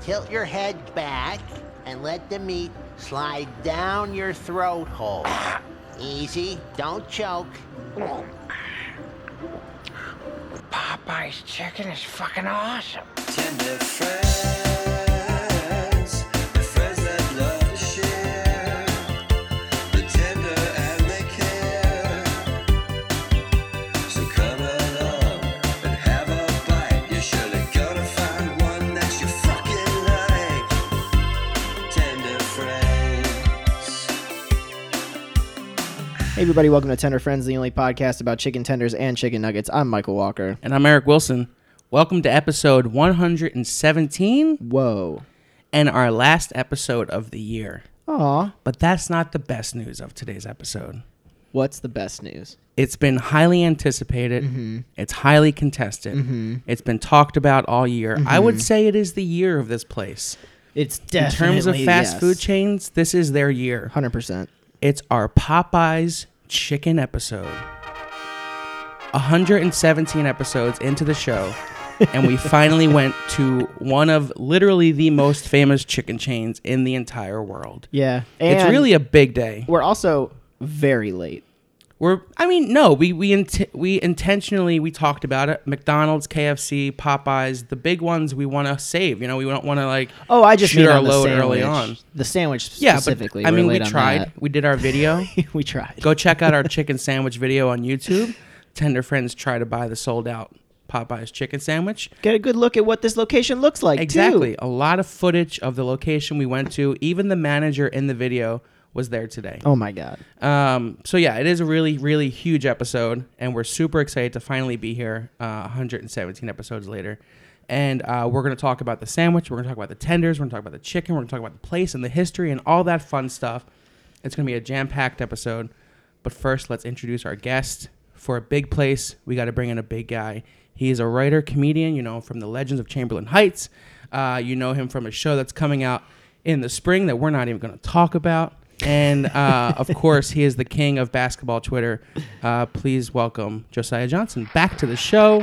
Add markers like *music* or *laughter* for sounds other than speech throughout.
Tilt your head back and let the meat slide down your throat hole. Easy, don't choke. Popeye's chicken is fucking awesome. Tender friends, the friends that love to share, the tender and the care. So come along and have a bite. You're surely gonna find one that you fucking like. Tender friends. Hey everybody, welcome to Tender Friends, the only podcast about chicken tenders and chicken nuggets. I'm Michael Walker. And I'm Eric Wilson. Welcome to episode 117 Whoa. and our last episode of the year. Aw. But that's not the best news of today's episode. What's the best news? It's been highly anticipated, it's highly contested, it's been talked about all year. I would say it is the year of this place. It's In definitely terms of fast food chains, this is their year. 100%. It's our Popeyes chicken episode. 117 episodes into the show, *laughs* and we finally went to one of literally the most famous chicken chains in the entire world. Yeah. it's And really a big day. We're also very late. We're, I mean, no, we we int- we intentionally we talked about it. McDonald's, KFC, Popeyes, the big ones we want to save. You know, we don't want to like Oh, I just shoot mean our on the load sandwich. early on. The sandwich Yeah, specifically. but I We're mean, we late on tried. We did our video. that. *laughs* we tried. Go check out our chicken sandwich video on YouTube. Tender friends try to buy the sold out Popeyes chicken sandwich. Get a good look at what this location looks like, too. Exactly. A lot of footage of the location we went to. Even the manager in the video was there today. Oh my god. Um, so yeah, it is a really, really huge episode, and we're super excited to finally be here. Uh, 117 episodes later, and uh, we're gonna talk about the sandwich. We're gonna talk about the tenders. We're gonna talk about the chicken. We're gonna talk about the place and the history and all that fun stuff. It's gonna be a jam-packed episode. But first, let's introduce our guest. For a big place, we got to bring in a big guy. He is a writer, comedian. You know him from the Legends of Chamberlain Heights. Uh, you know him from a show that's coming out in the spring that we're not even gonna talk about. And uh, of course, he is the king of basketball Twitter. Uh, please welcome Josiah Johnson back to the show.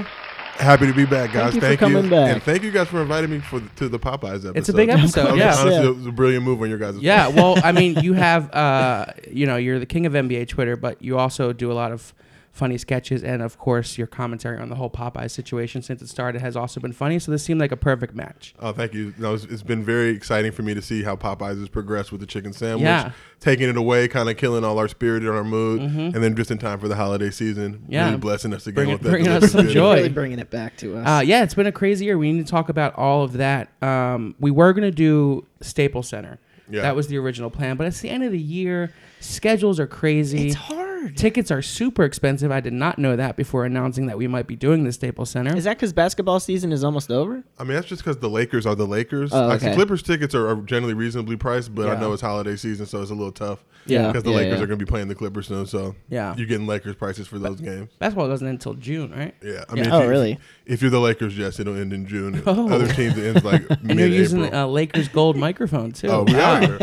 Happy to be back, guys. you for Thank you, coming back. and thank you guys for inviting me for the, to the Popeyes episode. It's a big episode, That was yeah. honestly, Yeah. it was a brilliant move on your guys' Yeah, well, I mean, you have, uh, you know, you're the king of NBA Twitter, but you also do a lot of funny sketches, and of course, your commentary on the whole Popeye situation since it started has also been funny. So this seemed like a perfect match. Oh, thank you. No, it's, it's been very exciting for me to see how Popeyes has progressed with the chicken sandwich, Yeah. Mm-hmm. taking it away, kind of killing all our spirit and our mood, and then just in time for the holiday season, Yeah. really blessing us again Bringing- with that. bringing us delicious some food. joy. Really bringing it back to us. Uh, yeah, it's been a crazy year. We need to talk about all of that. Um, we were going to do Staples Center. Yeah. That was the original plan, but it's the end of the year. Schedules are crazy. it's hard. Tickets are super expensive. I did not know that before announcing that we might be doing the Staples Center. Is that because basketball season is almost over? I mean, that's just because the Lakers are the Lakers. Oh, Like, the okay. Clippers tickets are, are generally reasonably priced, but Yeah. I know it's holiday season, so it's a little tough. Yeah. because the Yeah, Lakers yeah. are going to be playing the Clippers soon, so Yeah. you're getting Lakers prices for those games. Basketball doesn't end until June, right? Yeah, I mean, Yeah. if Oh, you- really? If you're the Lakers, yes, it'll end in June. *laughs* Oh. Other teams, it ends like *laughs* And you're using mid-April. the uh, Lakers gold microphone too. oh, we are.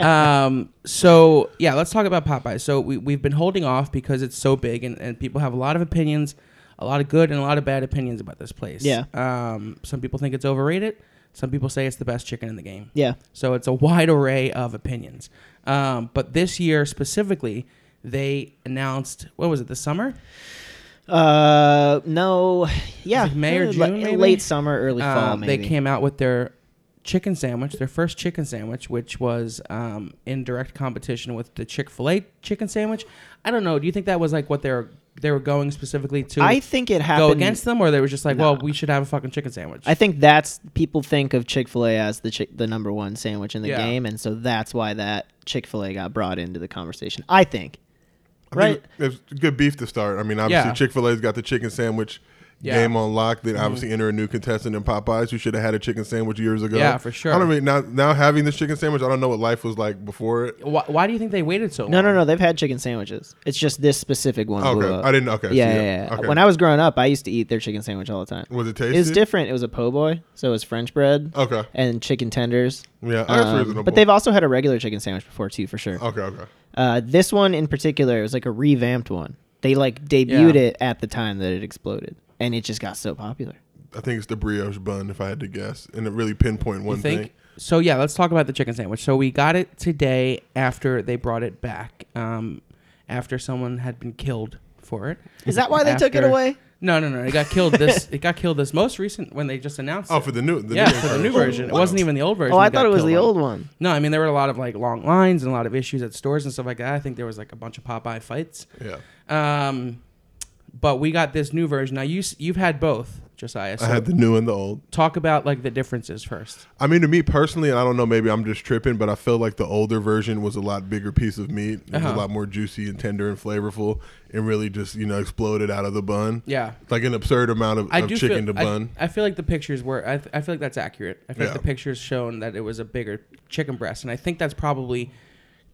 um, so yeah, let's talk about Popeye. So we we've been holding off because it's so big and, and people have a lot of opinions, a lot of good and a lot of bad opinions about this place. Yeah. Um, some people think it's overrated. Some people say it's the best chicken in the game. Yeah. So it's a wide array of opinions. Um, but this year specifically, they announced what was it? The summer. Uh, no. Yeah. Is it May or Uh, June, li- maybe? Late summer, early fall, Um, maybe. They came out with their chicken sandwich, their first chicken sandwich, which was um, in direct competition with the Chick Fil A chicken sandwich. I don't know. Do you think that was like what they were they were going specifically to? I think it happened. go against them, or they were just like, well, Nah. we should have a fucking chicken sandwich. I think that's people think of Chick Fil A as the chick, the number one sandwich in the Yeah. game, and so that's why that Chick Fil A got brought into the conversation. I think. Right. It's good beef to start. I mean, obviously Yeah. Chick Fil A's got the chicken sandwich Yeah. Mm-hmm. game on lock. Then obviously enter a new contestant in Popeyes who should have had a chicken sandwich years ago. Yeah, for sure. I don't mean now. Now having this chicken sandwich, I don't know what life was like before it. why, why do you think they waited so long? No, no, no. They've had chicken sandwiches. It's just this specific one. Okay, blew up. I didn't- okay, so Yeah, yeah, yeah, yeah. okay. When I was growing up, I used to eat their chicken sandwich all the time. Was it It was tasty? different. It was a po' boy, so it was French bread. Okay. And chicken tenders. Yeah, that's Um, reasonable. Oh. But they've also had a regular chicken sandwich before too, for sure. Okay, okay. Uh, this one in particular was like a revamped one. They like debuted Yeah. Oh, it at the time that it exploded, and it just got so popular. I think it's the brioche bun, if I had to guess, and to really pinpoint one think. thing. So yeah, let's talk about the chicken sandwich. So we got it today after they brought it back, um, after someone had been killed for it. Is that why they took it After- away? No, no, no. It *laughs* got killed this. it got killed this most recent when they just announced. Oh, it. for the new, the yeah, new for the new Oh, version. It wow. wasn't even the old version. Oh, I that got thought it was killed the on. old one. No, I mean there were a lot of like long lines and a lot of issues at stores and stuff like that. I think there was like a bunch of Popeye fights. Yeah, Um, but we got this new version. Now you s- you've had both, Josiah. So I had the new and the old. talk about like the differences first. I mean, to me personally, and I don't know, maybe I'm just tripping, but I feel like the older version was a lot bigger piece of meat. It was Uh-huh. a lot more juicy and tender and flavorful, and really just you know exploded out of the bun. Yeah. like an absurd amount of, I of do chicken feel, to I- bun. I, feel like the pictures were. I, th- I feel like that's accurate. I feel Yeah. like the pictures shown that it was a bigger chicken breast, and I think that's probably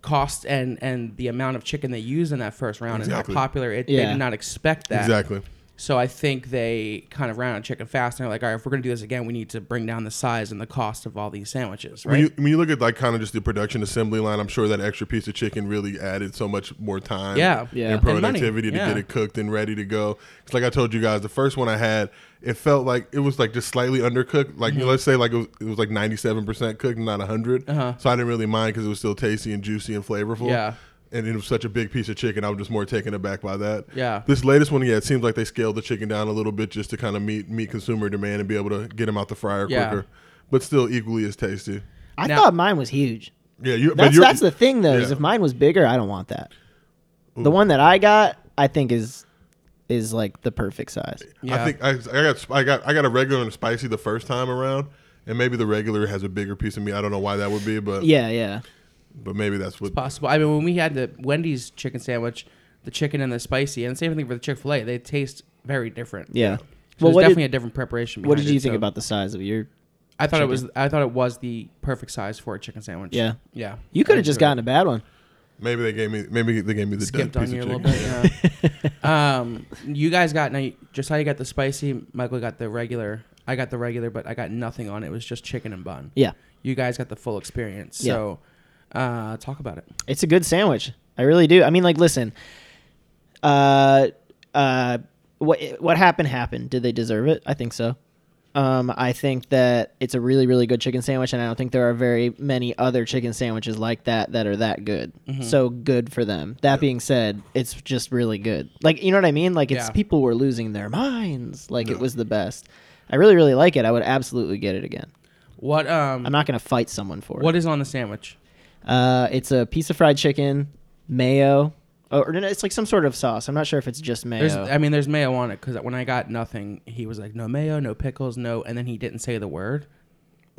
cost and and the amount of chicken they used in that first round Exactly. and how popular it. They Yeah. did not expect that. exactly. So I think they kind of ran out of chicken fast, and they're like, all right, if we're gonna do this again, we need to bring down the size and the cost of all these sandwiches, right? When you when you look at like kind of just the production assembly line, I'm sure that extra piece of chicken really added so much more time, Yeah. Yeah. and And money. productivity to Yeah. get it cooked and ready to go. Because like I told you guys, the first one I had, it felt like it was like just slightly undercooked. Like let's say like it was, it was like 97 percent cooked, not 100. So I didn't really mind because it was still tasty and juicy and flavorful. Yeah. And it was such a big piece of chicken. I was just more taken aback by that. Yeah. This latest one, yeah, it seems like they scaled the chicken down a little bit just to kind of meet meet consumer demand and be able to get them out the fryer Yeah. quicker, but still equally as tasty. I Now- thought mine was huge. Yeah, you, but That's you're, that's the thing though. Is yeah. if mine was bigger, I don't want that. The one that I got, I think is is like the perfect size. Yeah. I think I, I got sp- I got I got a regular and a spicy the first time around, and maybe the regular has a bigger piece of meat. I don't know why that would be, but Yeah, yeah. but maybe that's what. possible. I mean, when we had the Wendy's chicken sandwich, the chicken and the spicy, and the same thing for the Chick Fil A, they taste very different. Yeah. So well, well, what definitely did, a different preparation. what did behind you it, think so- about the size of your? I thought it was. I thought it was the perfect size for a chicken sandwich. Yeah. Yeah. You could have just gotten gotten a bad one. Maybe they gave me maybe they gave me the dead skipped on piece you a of little chicken. bit. yeah. *laughs* um, you guys got now. Josiah got the spicy. Michael got the regular. I got the regular, but I got nothing on it. It was just chicken and bun. *laughs* Yeah, You guys got the full experience. Yeah. So, uh, talk about it. it's a good sandwich. I really do. I mean, like, listen. Uh, uh, what what happened happened. Did they deserve it? I think so. Um, I think that it's a really really good chicken sandwich, and I don't think there are very many other chicken sandwiches like that that are that good. Mm-hmm. So good for them. That being said, it's just really good. Like you know what I mean? Like it's Yeah. people were losing their minds. Like it was the best. I really really like it. I would absolutely get it again. What um I'm not gonna fight someone for it. what is on the sandwich? Uh, it's a piece of fried chicken, mayo, oh, or no, it's like some sort of sauce. I'm not sure if it's just mayo. There's, I mean, there's mayo on it because when I got nothing, he was like, "No mayo, no pickles, no," and then he didn't say the word.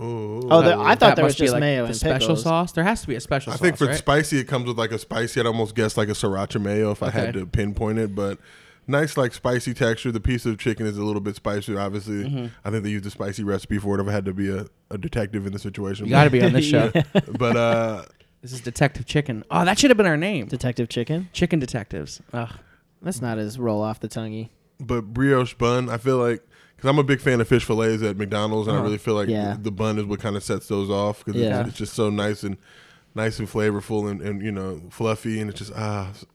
Ooh. oh, there, I That thought there was must be, just like, mayo the and special pickles. sauce. There has to be a special I sauce. think for right? spicy it comes with like a spicy. I'd almost guess like a sriracha mayo if I had Okay. to pinpoint it, but nice like spicy texture. The piece of chicken is a little bit spicier. Obviously, Mm-hmm. I think they used a spicy recipe for it. If I had to be a, a detective in the situation, you got to be *laughs* on this show. But uh, This is Detective Chicken. Oh, that should have been our name, Detective chicken. Chicken Detectives. Ugh. That's not as roll off the tonguey. *laughs* but brioche bun, I feel like because I'm a big fan of fish fillets at McDonald's, and Uh-huh. I really feel like Yeah. the, the bun is what kind of sets those off because Yeah. it's, it's just so nice and nice and flavorful and, and you know fluffy, and it's just ah. s-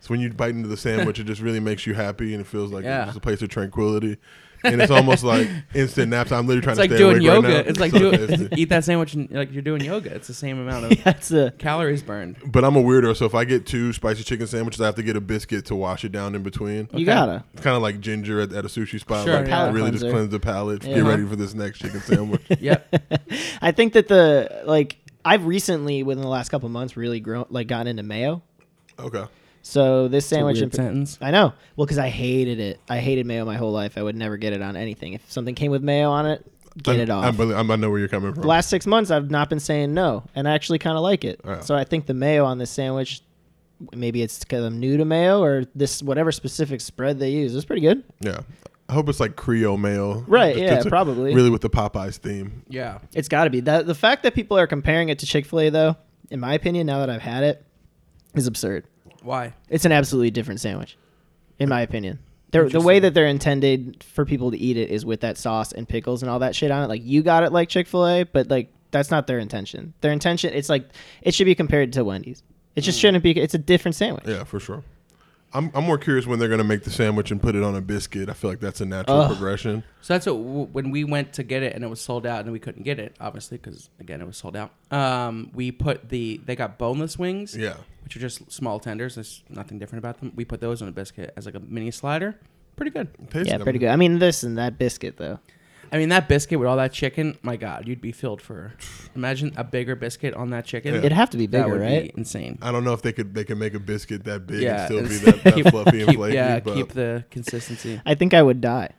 So when you bite into the sandwich, it just really makes you happy, and it feels like Yeah. it's a place of tranquility. And it's almost like instant nap time. I'm literally trying It's to like stay doing awake yoga. right now. it's like *laughs* So doing, tasty. *laughs* eat that sandwich and like you're doing yoga. It's the same amount *laughs* of That's a calories burned. But I'm a weirdo, so if I get two spicy chicken sandwiches, I have to get a biscuit to wash it down in between. you gotta. It's kind of like ginger at, at a sushi spot. Sure, like yeah. Uh-huh. really Palate just cleanser. cleanse the palate. Yeah. Get ready for this next *laughs* chicken sandwich. *laughs* Yep. I think that the like I've recently within the last couple months really grown like gotten into mayo. okay. So this sandwich Weird in par- sentence. I know. Well, because I hated it. I hated mayo my whole life. I would never get it on anything. If something came with mayo on it, get I'm- it off. I'm really- I'm- i know where you're coming from. the last six months I've not been saying no, and I actually kind of like it. Yeah. So I think the mayo on this sandwich, maybe it's because I'm new to mayo or this whatever specific spread they use. It's pretty good. yeah. I hope it's like Creole mayo. Right, It's- yeah, it's probably. Really with the Popeyes theme. Yeah. It's got to be that the fact that people are comparing it to Chick Fil A though, in my opinion, now that I've had it, is absurd. Why? It's an absolutely different sandwich, in my opinion. They're, the way that they're intended for people to eat it is with that sauce and pickles and all that shit on it. Like you got it like Chick Fil A, but like that's not their intention. Their Mm. intention, it's like it should be compared to Wendy's. It just shouldn't be. It's a different sandwich. Yeah, for sure. I'm, I'm more curious when they're gonna make the sandwich and put it on a biscuit. I feel like that's a natural progression. So that's what w- when we went to get it and it was sold out and we couldn't get it obviously because again it was sold out. Um, we put the they got boneless wings, Yeah. which are just small tenders. There's nothing different about them. We put those on a biscuit as like a mini slider. Pretty good. Tasty. Yeah, I pretty mean, good. I mean, listen, that biscuit though. I mean that biscuit with all that chicken, my god, you'd be filled for. Imagine a bigger biscuit on that chicken. Yeah. It'd have to be That bigger, would right? be insane. I don't know if they could they could make a biscuit that big Yeah, and it's- *laughs* *laughs* still be that, that keep- fluffy and Keep- flaky. yeah, but keep the consistency. I think I would die.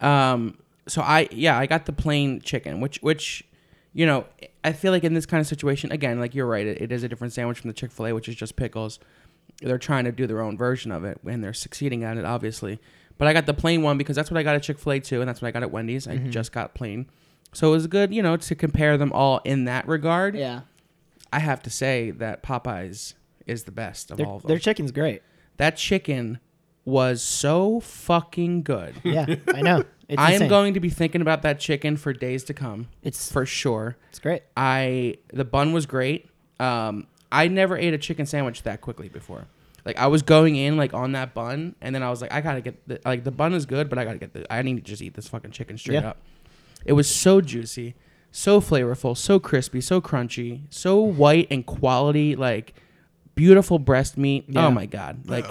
Um, so I yeah, I got the plain chicken, which which you know I feel like in this kind of situation again, like you're right, it, it is a different sandwich from the Chick Fil A, which is just pickles. They're trying to do their own version of it, and they're succeeding at it, obviously. But I got the plain one because that's what I got at Chick Fil A too, and that's what I got at Wendy's. I just got plain, so it was good, you know, to compare them all in that regard. Yeah, I have to say that Popeyes is the best of their, all of them. their chicken's great. that chicken was so fucking good. Yeah, *laughs* I know. It's I am insane. going to be thinking about that chicken for days to come. It's- for sure. It's great. I the bun was great. Um, I never ate a chicken sandwich that quickly before. Like I was going in like on that bun, and then I was like, I gotta get the, like the bun is good, but I gotta get the I need to just eat this fucking chicken straight Yeah. up. It was so juicy, so flavorful, so crispy, so crunchy, so white and quality. Like beautiful breast meat. Oh my god! Like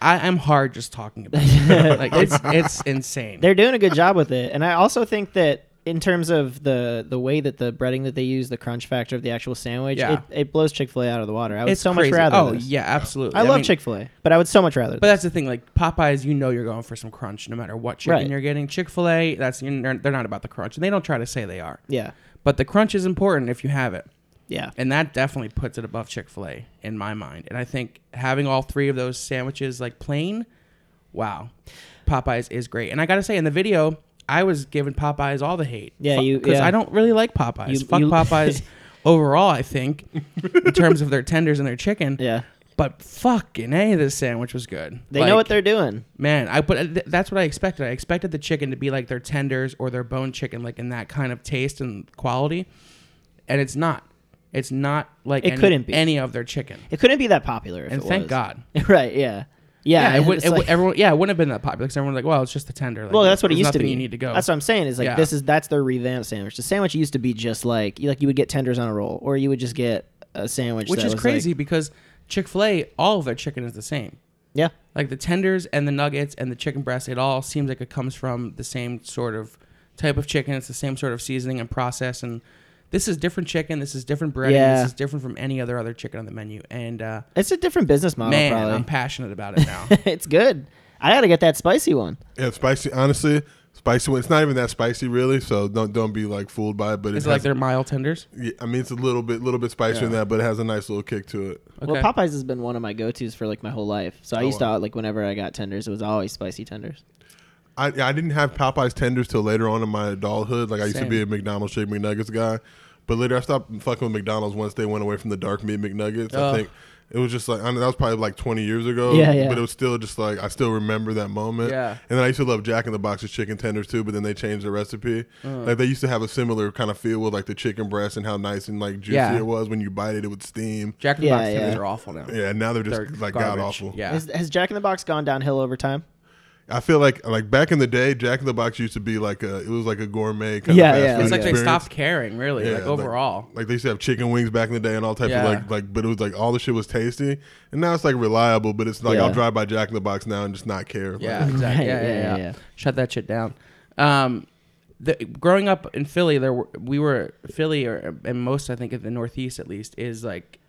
I, I'm hard just *laughs* talking about. it. like it's it's insane. They're doing a good job with it, and I also think that in terms of the the way that the breading that they use, the crunch factor of the actual sandwich, Yeah. it, it blows Chick Fil A out of the water. I would it's so crazy. much rather. Oh this. yeah, absolutely. I, love mean, Chick Fil A, but I would so much rather. But that's the thing, like Popeyes, you know you're going for some crunch no matter what chicken Right. you're getting. Chick Fil A, that's you know, they're not about the crunch, and they don't try to say they are. this. yeah, But the crunch is important if you have it, yeah, and that definitely puts it above Chick Fil A in my mind. And I think having all three of those sandwiches like plain, wow, Popeyes is great. And I gotta say, in the video, I was giving Popeyes all the hate. Yeah, you- because yeah. I don't really like Popeyes. You- Fuck you- *laughs* Popeyes overall. I think in terms of their tenders and their chicken. *laughs* yeah. But fucking a, this sandwich was good. They know what Like, they're doing. Man, I but uh, th- that's what I expected. I expected the chicken to be like their tenders or their bone chicken, like in that kind of taste and quality, and it's not. It's not like It any, couldn't be. any of their chicken. It couldn't be that popular. If And it thank was. God. *laughs* right? Yeah, yeah. Yeah, it would, it's it would- like- everyone. Yeah, it wouldn't have been that popular because everyone's like, "Well, it's just the tender." Like, Well, that's what it there's used to nothing be. You need to go. That's what I'm saying. Is like Yeah. this is that's their revamped sandwich. The sandwich used to be just like you like you would get tenders on a roll, or you would just get a sandwich, Which that is was, crazy Like, because Chick Fil A, all of their chicken is the same. yeah, like the tenders and the nuggets and the chicken breast it all seems like it comes from the same sort of type of chicken it's the same sort of seasoning and process and this is different chicken this is different breading Yeah. this is different from any other other chicken on the menu and uh it's a different business model. man i'm Oh, probably passionate about *laughs* it now it's good. I gotta get that spicy one. Yeah, spicy. Honestly, spicy. one- It's not even that spicy, really. So don't don't be like fooled by it. But is it's it like their mild tenders I mean, it's a little bit little bit spicier than that, but it has a nice little kick to it. okay Oh, Well, Popeyes has been one of my go tos for like my whole life. So I used to like whenever I got tenders, it was always spicy tenders. I, I didn't have Popeyes tenders till later on in my adulthood. Like I used Same. to be a McDonald's shaped McNuggets guy, but later I stopped fucking with McDonald's once they went away from the dark meat McNuggets. Ugh. I think it was just like I know that was probably like 20 years ago. Yeah, yeah. But it was still just like I still remember that moment. Yeah. And then I used to love Jack in the Box's chicken tenders too, but then they changed the recipe. Uh. Like they used to have a similar kind of feel with like the chicken breast and how nice and like juicy Yeah. it was when you bite it. It would steam. jack in the Yeah, box tenders yeah. are awful now Yeah. Now they're just They're like god garbage. awful. yeah Has, has Jack in the Box gone downhill over time? I feel like like back in the day, Jack in the Box used to be like a it was like a gourmet kind Yeah, of fast yeah. food it's like they experience. stopped caring really like Yeah, overall Like, they used to have chicken wings back in the day and all types Yeah. of like like but it was like all the shit was tasty. And now it's like reliable, but it's like Yeah. I'll drive by Jack in the Box now and just not care. Like, Yeah, exactly. yeah, Right, yeah, yeah, yeah, yeah, yeah. Shut that shit down. Um, the, growing up in Philly, there were, we were Philly, or and most I think of the Northeast at least is like,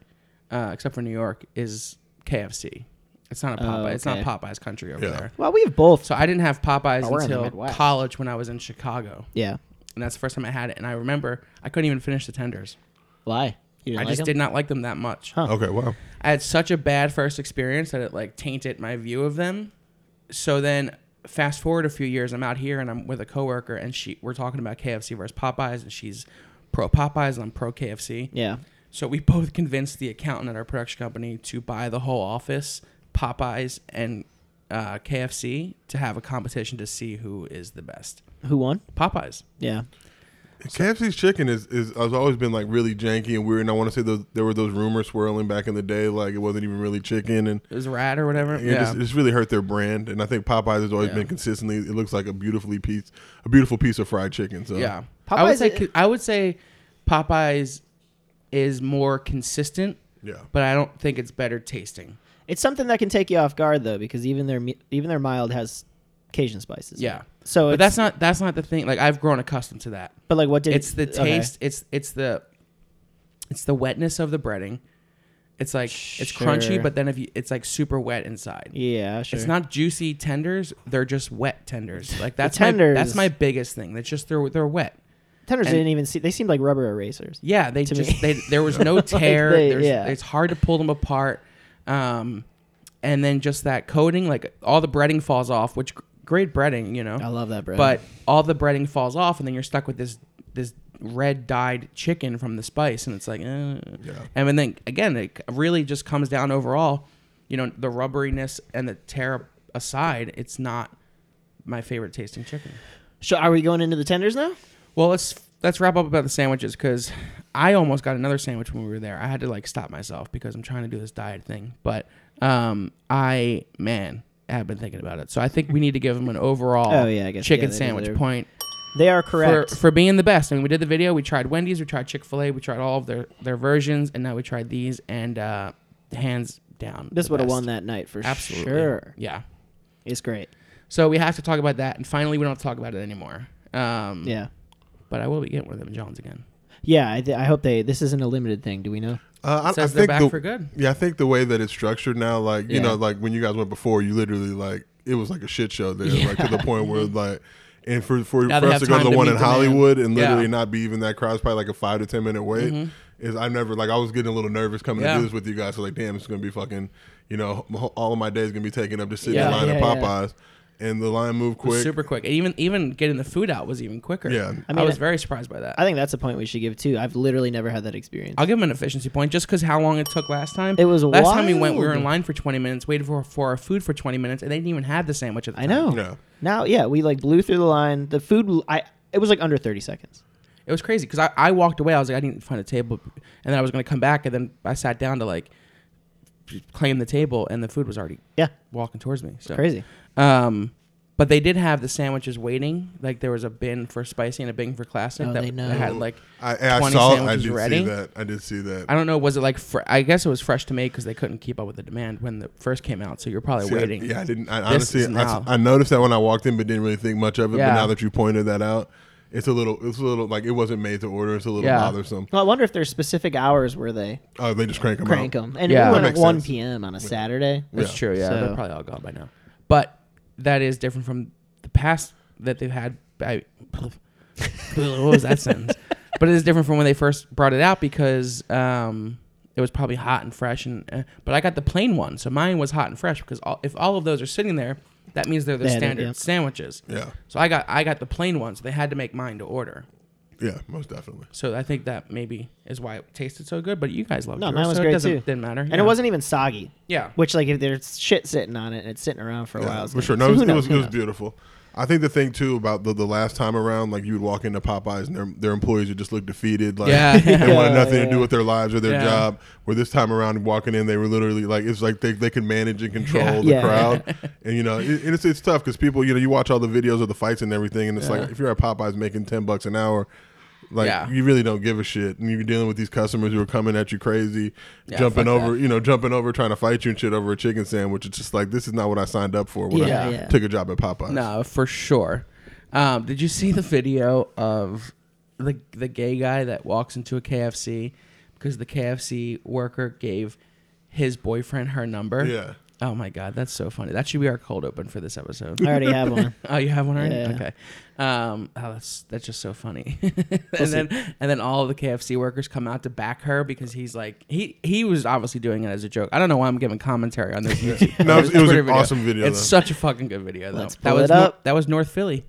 uh, except for New York, is KFC. It's not a Popeye. It's not Oh, okay. Popeye's country over Yeah. there. Well, we have both. So I didn't have Popeyes Oh, we're in the until Midwest. college when I was in Chicago, yeah. and that's the first time I had it. And I remember I couldn't even finish the tenders. Why? You didn't I like just 'em? did not like them that much. Okay, wow. I had such a bad first experience that it like tainted my view of them. So then fast forward a few years, I'm out here and I'm with a coworker and she we're talking about KFC versus Popeyes and she's pro Popeyes and I'm pro KFC. Yeah. So we both convinced the accountant at our production company to buy the whole office, Popeyes and uh, KFC to have a competition to see who is the best. Who won? Popeyes. Yeah. KFC's chicken is, is has always been like really janky and weird. And I want to say those there were those rumors swirling back in the day, like it wasn't even really chicken, and It was rat or whatever. it just, it just really hurt their brand. And I think Popeyes has always Yeah. been consistently. It looks like a beautifully piece, a beautiful piece of fried chicken. So Yeah. I Popeyes would say i- I would say Popeyes is more consistent, yeah. but I don't think it's better tasting. It's something that can take you off guard though, because even their mi- even their mild has Cajun spices. in it. Yeah. So but it's- that's not that's not the thing. Like I've grown accustomed to that. But like, what did It's the okay. taste. It's it's the it's the wetness of the breading. It's like it's Sure. crunchy, but then if you, it's like super wet inside. Yeah, sure. It's not juicy tenders; they're just wet tenders. Like that's tenders- my that's my biggest thing. That's just they're they're wet. tenders. and- didn't even see. They seemed like rubber erasers. Yeah, they To me. just they there *laughs* was no tear. they- There's, yeah. it's hard to pull them apart. Um, and then just that coating, like all the breading falls off, which gr- great breading, you know. I love that breading. But all the breading falls off, and then you're stuck with this this red dyed chicken from the spice, and it's like, eh. and then again, it c- really just comes down overall, you know, the rubberiness and the tear aside, it's not my favorite tasting chicken. So are we going into the tenders now? Well, let's let's wrap up about the sandwiches because I almost got another sandwich when we were there. I had to like stop myself because I'm trying to do this diet thing. But um, I man, I've been thinking about it. So I think we need to give them an overall Oh, yeah, I guess- yeah, chicken they sandwich deserve- point They are for, correct. for being the best. I mean, we did the video. We tried Wendy's, we tried Chick Fil A, we tried all of their their versions, and now we tried these. And uh, hands down, this the would have best. won that night for Absolutely, sure. yeah. It's great. So we have to talk about that, and finally, we don't have to talk about it anymore. Um, Yeah. But I will be getting one of them Johns again. Yeah, I, th- I hope they. This isn't a limited thing. Do we know? Uh, I, says I they're think back the, for good. Yeah, I think the way that it's structured now, like you Yeah. know, like when you guys went before, you literally like it was like a shit show there, like to the point where like. And for for, Now for they us have to go time to the to one meet in the man. Hollywood and literally Yeah. Mm-hmm. not be even that crowd, it's probably like a five to ten minute wait. Is I never like I was getting a little nervous coming to Yeah. do this with you guys. So like, damn, it's gonna be fucking. You know, ho- all of my days gonna be taken up to sitting Yeah. in line Yeah, at yeah. Popeyes, and the line moved quick. super quick. And even even getting the food out was even quicker. Yeah. I I, mean, was very surprised by that. I think that's a point we should give too. I've literally never had that experience. I'll give him an efficiency point just because how long it took last time. It was last time we went, we were wild. in line for twenty minutes, waited for for our food for twenty minutes, and they didn't even have the sandwich at the I know. time. Yeah. Now, yeah, we like blew through the line. The food, I it was like under thirty seconds. It was crazy because I, I walked away. I was like, I didn't find a table, and then I was gonna come back, and then I sat down to like claim the table, and the food was already Yeah, walking towards me. So crazy. Um, but they did have the sandwiches waiting. Like there was a bin for spicy and a bin for classic Oh, that they know. that had like I, I 20 saw. I sandwiches did ready. see that. I did see that. I don't know. Was it like? Fr- I guess it was fresh to make because they couldn't keep up with the demand when the first came out. So you're probably See, I- waiting. yeah, I didn't. I, This honestly, is I, now. I noticed that when I walked in, but didn't really think much of it. But Yeah. now that you pointed that out, it's a little. It's a little like it wasn't made to order. It's a little Yeah. bothersome. Well, I wonder if there's specific hours where they Oh, they just crank them crank out. them. And Yeah. we went That at makes one sense. p.m. on a Saturday. That's Yeah. true. Yeah, So- they're probably all gone by now. But that is different from the past that they've had. I, *laughs* what was that sentence? But it is different from when they first brought it out because um, it was probably hot and fresh. And uh, but I got the plain one, so mine was hot and fresh because all, if all of those are sitting there, that means they're the They had it, standard yeah. sandwiches. Yeah, So I got I got the plain one, so they had to make mine to order. yeah, most definitely. So I think that maybe is why it tasted so good. But you guys loved it. No, yours, mine was so it great doesn't, too. Didn't matter. and Yeah. it wasn't even soggy. Yeah. Which, like, if there's shit sitting on it and it's sitting around for a Yeah, while, it's for gonna- sure. No, so it was, who it knows, was, who it was knows? beautiful. I think the thing too about the, the last time around, like you would walk into Popeyes and their, their employees would just look defeated, like Yeah. *laughs* they wanted nothing yeah. to do with their lives or their Yeah. job. Where this time around, walking in, they were literally like, it's like they, they can manage and control the Yeah. *laughs* crowd, and you know, it, and it's it's tough because people, you know, you watch all the videos of the fights and everything, and it's like if you're at Popeyes making ten bucks an hour. Like Yeah. you really don't give a shit, and you're dealing with these customers who are coming at you crazy, Yeah, jumping fuck over, you know, jumping over, trying to fight you and shit over a chicken sandwich. It's just like this is not what I signed up for. When I Yeah, yeah. took a job at Popeyes. No, for sure. Um, did you see the video of the the gay guy that walks into a KFC because the KFC worker gave his boyfriend her number? Yeah. Oh my god, that's so funny. That should be our cold open for this episode. I already have one. Oh, you have one already? Yeah. Okay. Um, oh, that's that's just so funny. *laughs* and then and then all the KFC workers come out to back her because he's like he he was obviously doing it as a joke. I don't know why I'm giving commentary on this YouTube. No, on it this was- it was Twitter an awesome video, It's though. such a fucking good video though. Let's that pull was it up. Nor- that was North Philly.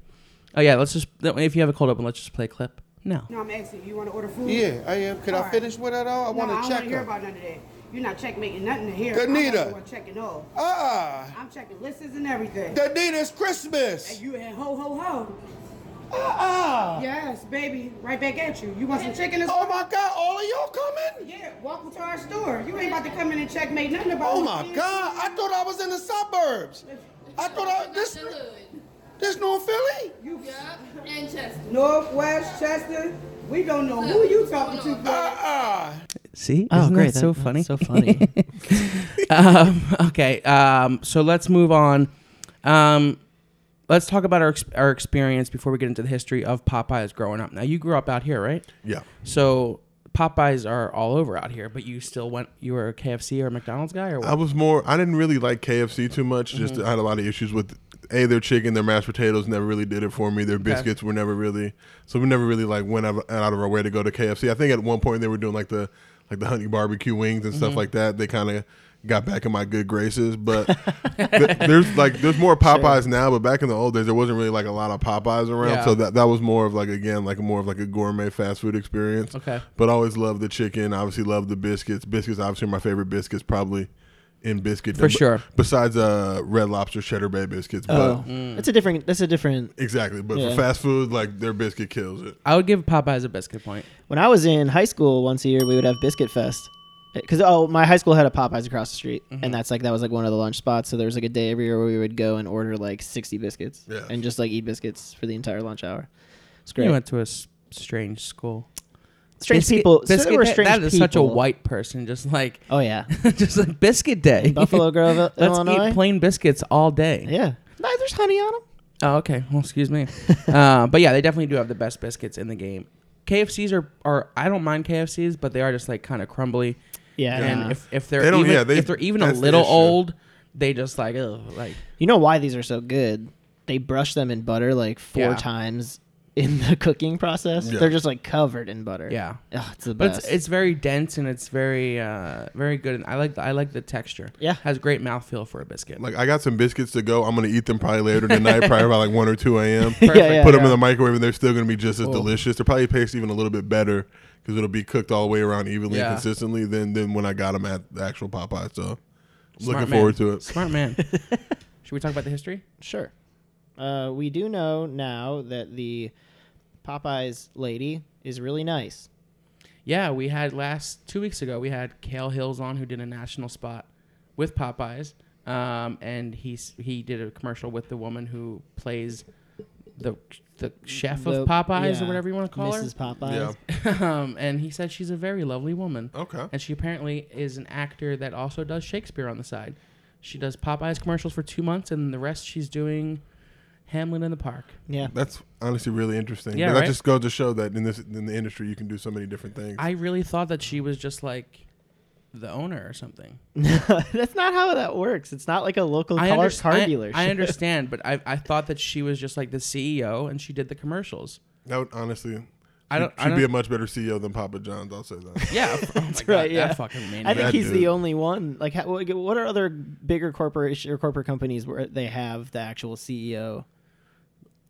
Oh yeah, let's just if you have a cold open, let's just play a clip. No. No, I'm asking you, you want to order food? Yeah, I am. Could I Alright. finish with that all? No, I I want don't to want check to hear her. about none of that. You're not checkmating nothing to hear. Danita. I'm not checking off. Ah, I'm checking lists and everything. Danita's Christmas. You had ho ho ho. Uh-uh. Yes, baby. Right back at you. You want some chicken and Oh my God, all of y'all coming? Yeah, welcome to our store. You ain't about to come in and checkmate nothing about Oh no my kids. God, I thought I was in the suburbs. I thought I this Underwood. this New Philly. You Yup. And Chester. Northwest Chester. We don't know who you talking to. girl. Uh-uh. See? Oh, Isn't great. That- That so that's funny. so funny. *laughs* um, *laughs* okay. Um, so let's move on. Um, let's talk about our ex- our experience before we get into the history of Popeyes growing up. Now you grew up out here, right? Yeah. So Popeyes are all over out here, but you still went. You were a KFC or a McDonald's guy, or what? Uh, I was more. I didn't really like KFC too much. Mm-hmm. Just I had a lot of issues with a their chicken, their mashed potatoes never really did it for me. Their biscuits were never really. So we never really like went out, out of our way to go to KFC. I think at one point they were doing like the like the honey barbecue wings and Mm-hmm. stuff like that. They kind of got back in my good *laughs* graces, but th- there's like there's more Popeyes now. But back in the old days, there wasn't really like a lot of Popeyes around. Yeah. So that that was more of like again like more of like a gourmet fast food experience. Okay. But I always loved the chicken. Obviously, loved the biscuits. Biscuits, obviously, my favorite biscuits, probably in biscuit For sure. Besides uh, Red Lobster Cheddar Bay biscuits, oh, but Mm. that's a different. That's a different. exactly. But Yeah. for fast food, like their biscuit kills it. I would give Popeyes a biscuit point. When I was in high school, once a year we would have Biscuit Fest. Because oh, my high school had a Popeyes across the street, Mm-hmm. and that's like that was like one of the lunch spots. So there was like a day every year where we would go and order like sixty biscuits Yeah. and just like eat biscuits for the entire lunch hour. It's great. You went to a s- strange school. strange Biscuit- people. so Biscuit there were Day- strange that is such a people. white person. Just like, *laughs* Oh yeah, just like biscuit day. Buffalo Grove, *laughs* Let's Illinois. eat plain biscuits all day. yeah. No, there's honey on them. Oh, okay. Well, excuse me. *laughs* uh, but yeah, they definitely do have the best biscuits in the game. KFCs are, are I don't mind KFCs, but they are just like kind of crumbly. Yeah. And nah. if, if they're They don't- even, yeah, they- if they're even a that's the little issue. old, they just like ugh, like you know why these are so good? They brush them in butter like four Yeah. times in the *laughs* cooking process. Yeah. They're just like covered in butter. yeah. Ugh, it's the But best. it's, it's very dense and it's very uh, very good and I like the, I like the texture. Yeah. has great mouthfeel for a biscuit. Like I got some biscuits to go. I'm gonna eat them probably later tonight, probably about like one or two *laughs* a.m. *laughs* Yeah, yeah, Put them yeah. in the microwave, and they're still gonna be just as delicious. They'll probably taste even a little bit better because it'll be cooked all the way around evenly Yeah. and consistently than than when I got them at the actual Popeye. So Smart looking man. forward to it. Smart *laughs* man. Should we talk about the history? Sure. Uh, we do know now that the Popeyes lady is really nice. Yeah, we had last two weeks ago. We had Kale Hills on who did a national spot with Popeyes, um, and he's he did a commercial with the woman who plays the the chef The- of Popeyes yeah, or whatever you want to call Mrs. Popeyes. *laughs* Yeah. her. um, and he said she's a very lovely woman. Okay. And she apparently is an actor that also does Shakespeare on the side. She does Popeyes commercials for two months, and the rest she's doing Hamlet in the Park. Yeah. That's honestly really interesting. Yeah, but right? that just goes to show that in this in the industry, you can do so many different things. I really thought that she was just like the owner or something. *laughs* That's not how that works. It's not like a local I, car, underst- car I- dealership. *laughs* I understand, but I, I thought that she was just like the CEO and she did the commercials. That would honestly. I don't- She'd I be don't- a much better CEO than Papa John's. I'll say *laughs* *laughs* that. Yeah, oh my God, right, yeah. that fucking man. I think That he's dude. the only one. Like, how, what what are other bigger corporation or corporate companies where they have the actual E CEO?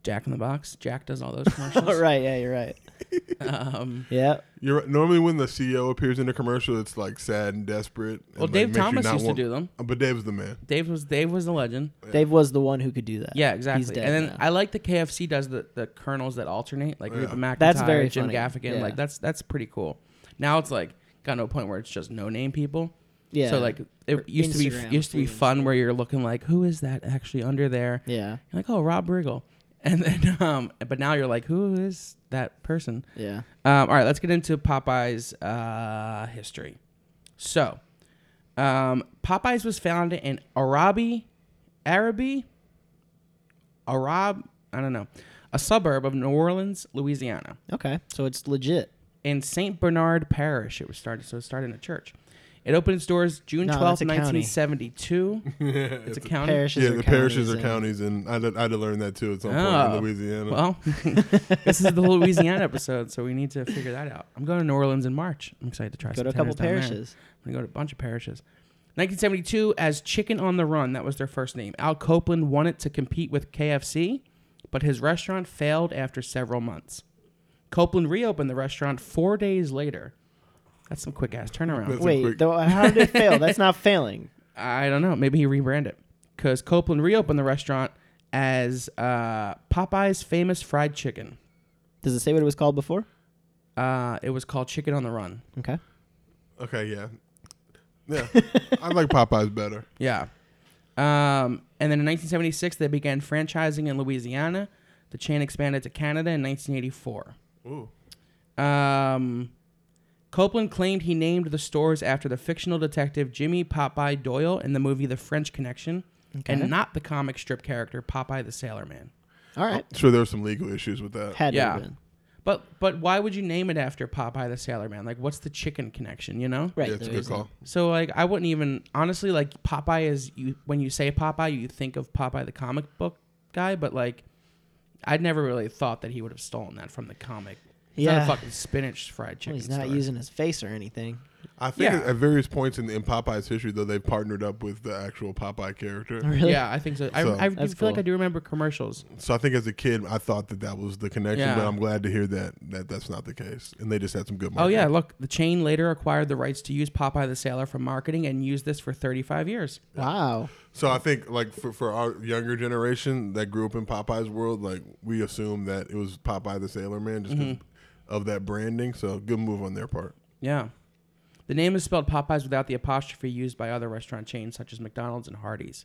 Jack in the Box. Jack does all those commercials. *laughs* Oh, right. Yeah, you're right. Um, Yeah. You're right. normally when the CEO appears in a commercial, it's like sad and desperate. and, Well, like, Dave makes you Thomas not used to want- Uh, do them. But Dave's the man. Dave was Dave was the legend. Dave was the one who could do that. Yeah, exactly. He's dead and then now. I like the KFC does the the kernels that alternate, like Reba McIntyre, That's very Jim funny. Gaffigan. Yeah. Like that's that's pretty cool. Now it's like got to a point where it's just no name people. Yeah. So like Or it used to Instagram be used to be famous. fun where you're looking like who is that actually under there? Yeah. You're like, oh, Rob Riggle. *laughs* And then, um, but now you're like, who is that person? Yeah. Um, all right, let's get into Popeye's uh, history. So, um, Popeye's was founded in Arabi, Arabi, Arab, I don't know, a suburb of New Orleans, Louisiana. Okay. So it's legit. In St. Bernard Parish, it was started, so it started in a church. It opened its doors June No, twelfth, that's a county. *laughs* 1972. it's, a county. Parishes Yeah, or the parishes or and- counties, and I had, I had to learn that too at some point Oh, in Louisiana. Well, *laughs* this is the Louisiana episode, so we need to figure that out. I'm going to New Orleans in March. I'm excited to try. Go to some a couple tenders down there. parishes. I'm gonna go to a bunch of parishes. 1972, as Chicken on the Run, that was their first name. Al Copeland wanted to compete with KFC, but his restaurant failed after several months. Copeland reopened the restaurant four days later. That's some quick ass turnaround. That's a Wait, quick- though, how *laughs* did it fail? That's not failing. I don't know. Maybe he rebranded because Copeland reopened the restaurant as uh, Popeye's famous fried chicken. Does it say what it was called before? Uh, it was called Chicken on the Run. Okay. Okay, *laughs* yeah. Yeah. I like Popeyes better. Yeah. Um, and then in 1976, they began franchising in Louisiana. The chain expanded to Canada in 1984. Ooh. Um, Copeland claimed he named the stores after the fictional detective Jimmy Popeye Doyle in the movie The French Connection, and not the comic strip character Popeye the Sailor Man. All right. Sure, there were some legal issues with that. Had to have Yeah. been. But but why would you name it after Popeye the Sailor Man? Like, what's the chicken connection? You know? Right. yeah, it's a there good is no- call. So like I wouldn't even honestly like Popeye is you when you say Popeye you think of Popeye the comic book guy, but like I'd never really thought that he would have stolen that from the comic. It's not Yeah. a fucking spinach fried chicken. Well, he's not store. using his face or anything. I think Yeah. at various points in, in Popeye's history, though, they've partnered up with the actual Popeye *laughs* character. Really? Yeah, I think so. I, So- I do feel That's like cool. I do remember commercials. So I think as a kid, I thought that that was the connection, Yeah. but I'm glad to hear that, that that's not the case. And they just had some good Oh marketing. yeah, look, the chain later acquired the rights to use Popeye the Sailor for marketing and used this for 35 years. Wow. So I think like for, for our younger generation that grew up in Popeye's world, like we assume that it was Popeye the Sailor Man just 'cause Mm-hmm. of that branding. So good move on their part. Yeah. The name is spelled Popeyes without the apostrophe used by other restaurant chains such as McDonald's and Hardee's.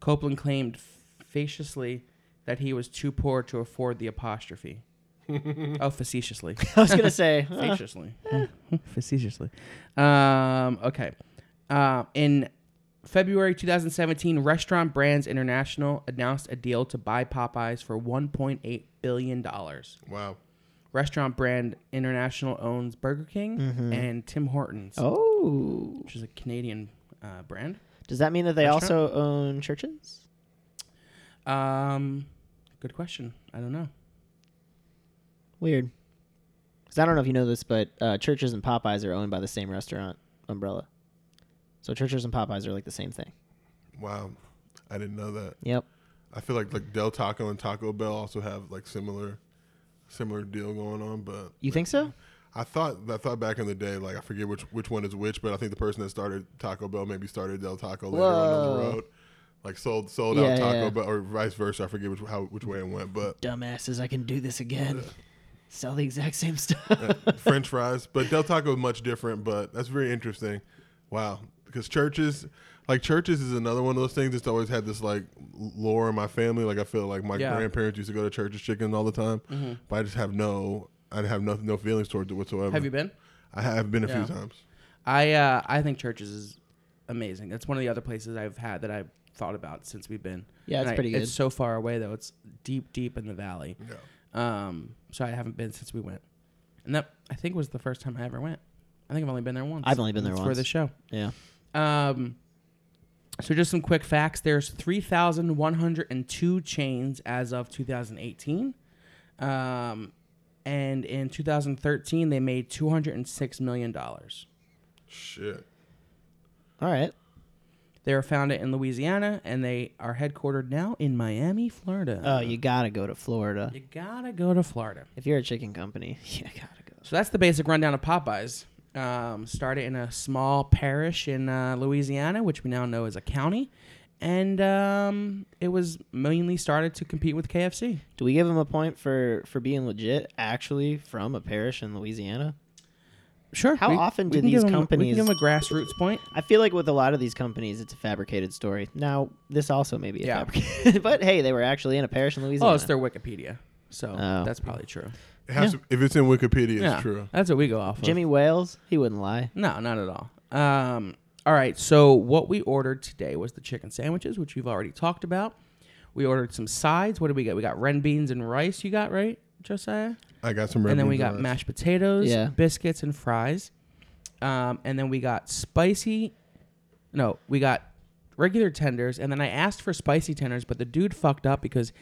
Copeland claimed facetiously that he was too poor to afford *laughs* the apostrophe. oh, facetiously. I was gonna *laughs* say. huh. *laughs* Facetiously. *laughs* facetiously. Um, okay. Uh, in February 2017, Restaurant Brands International announced a deal to buy Popeyes for $1.8 billion. Wow. Restaurant Brand International owns Burger King and Tim Hortons, Oh. which is a Canadian uh, brand. Does that mean that they also Restaurant? own churches? Um, good question. I don't know. Weird. Because I don't know if you know this, but uh, churches and Popeyes are owned by the same restaurant umbrella. So churches and Popeyes are like the same thing. Wow. I didn't know that. Yep. I feel like like Del Taco and Taco Bell also have like similar similar deal going on, but You think so? I thought I thought back in the day, like I forget which which one is which, but I think the person that started Taco Bell maybe started Del Taco later on down Whoa. the road, like sold sold Yeah, out Taco yeah. Bell or vice versa. I forget which how which way it went, but *laughs* Dumbasses, I can do this again. Sell the exact *laughs* same stuff. French fries. But Del Taco is much different, but that's very interesting. Wow, because churches like churches is another one of those things that's always had this like lore in my family. Like I feel like my Yeah. grandparents used to go to churches chicken all the time, Mm-hmm. but I just have no I have no no feelings towards it whatsoever. Have you been? I have been a Yeah. few times. I uh, I think Churches is amazing. That's one of the other places I've had that I've thought about since we've been. Yeah, it's And I- pretty good. It's so far away though. It's deep, deep in the valley. Yeah. Um, so I haven't been since we went, and that I think was the first time I ever went. I think I've only been there once. I've only been there It's for once. the show. yeah. Um, so just some quick facts. There's 3,102 chains as of 2018. Um, and in 2013, they made $206 million. Shit. All right. They were founded in Louisiana, and they are headquartered now in Miami, Florida. Oh, you gotta go to Florida. you gotta go to Florida. If you're a chicken company, *laughs* you gotta go. So that's the basic rundown of Popeyes. Um, started in a small parish in uh, Louisiana, which we now know is a county, and um, it was mainly started to compete with KFC. Do we give them a point for for being legit? Actually, from a parish in Louisiana. Sure. How often do can these give 'em- companies- We can give 'em a grassroots point. I feel like with a lot of these companies, it's a fabricated story. Now, this also may be a Yeah. fabricated, *laughs* but hey, they were actually in a parish in Louisiana. Oh, it's their Wikipedia, so Oh. that's probably true. It has to, if it's in Wikipedia, it's yeah, true. That's what we go off. Jimmy Wales, he wouldn't lie. Of. No, not at all. Um, all right. So what we ordered today was the chicken sandwiches, which we've already talked about. We ordered some sides. What did we get? We got red beans and rice. You got right, Josiah. I got some. and then we Red got Beans mashed potatoes, Yeah. biscuits, and fries. Um, and then we got spicy. No, we got regular tenders, and then I asked for spicy tenders, but the dude fucked up because,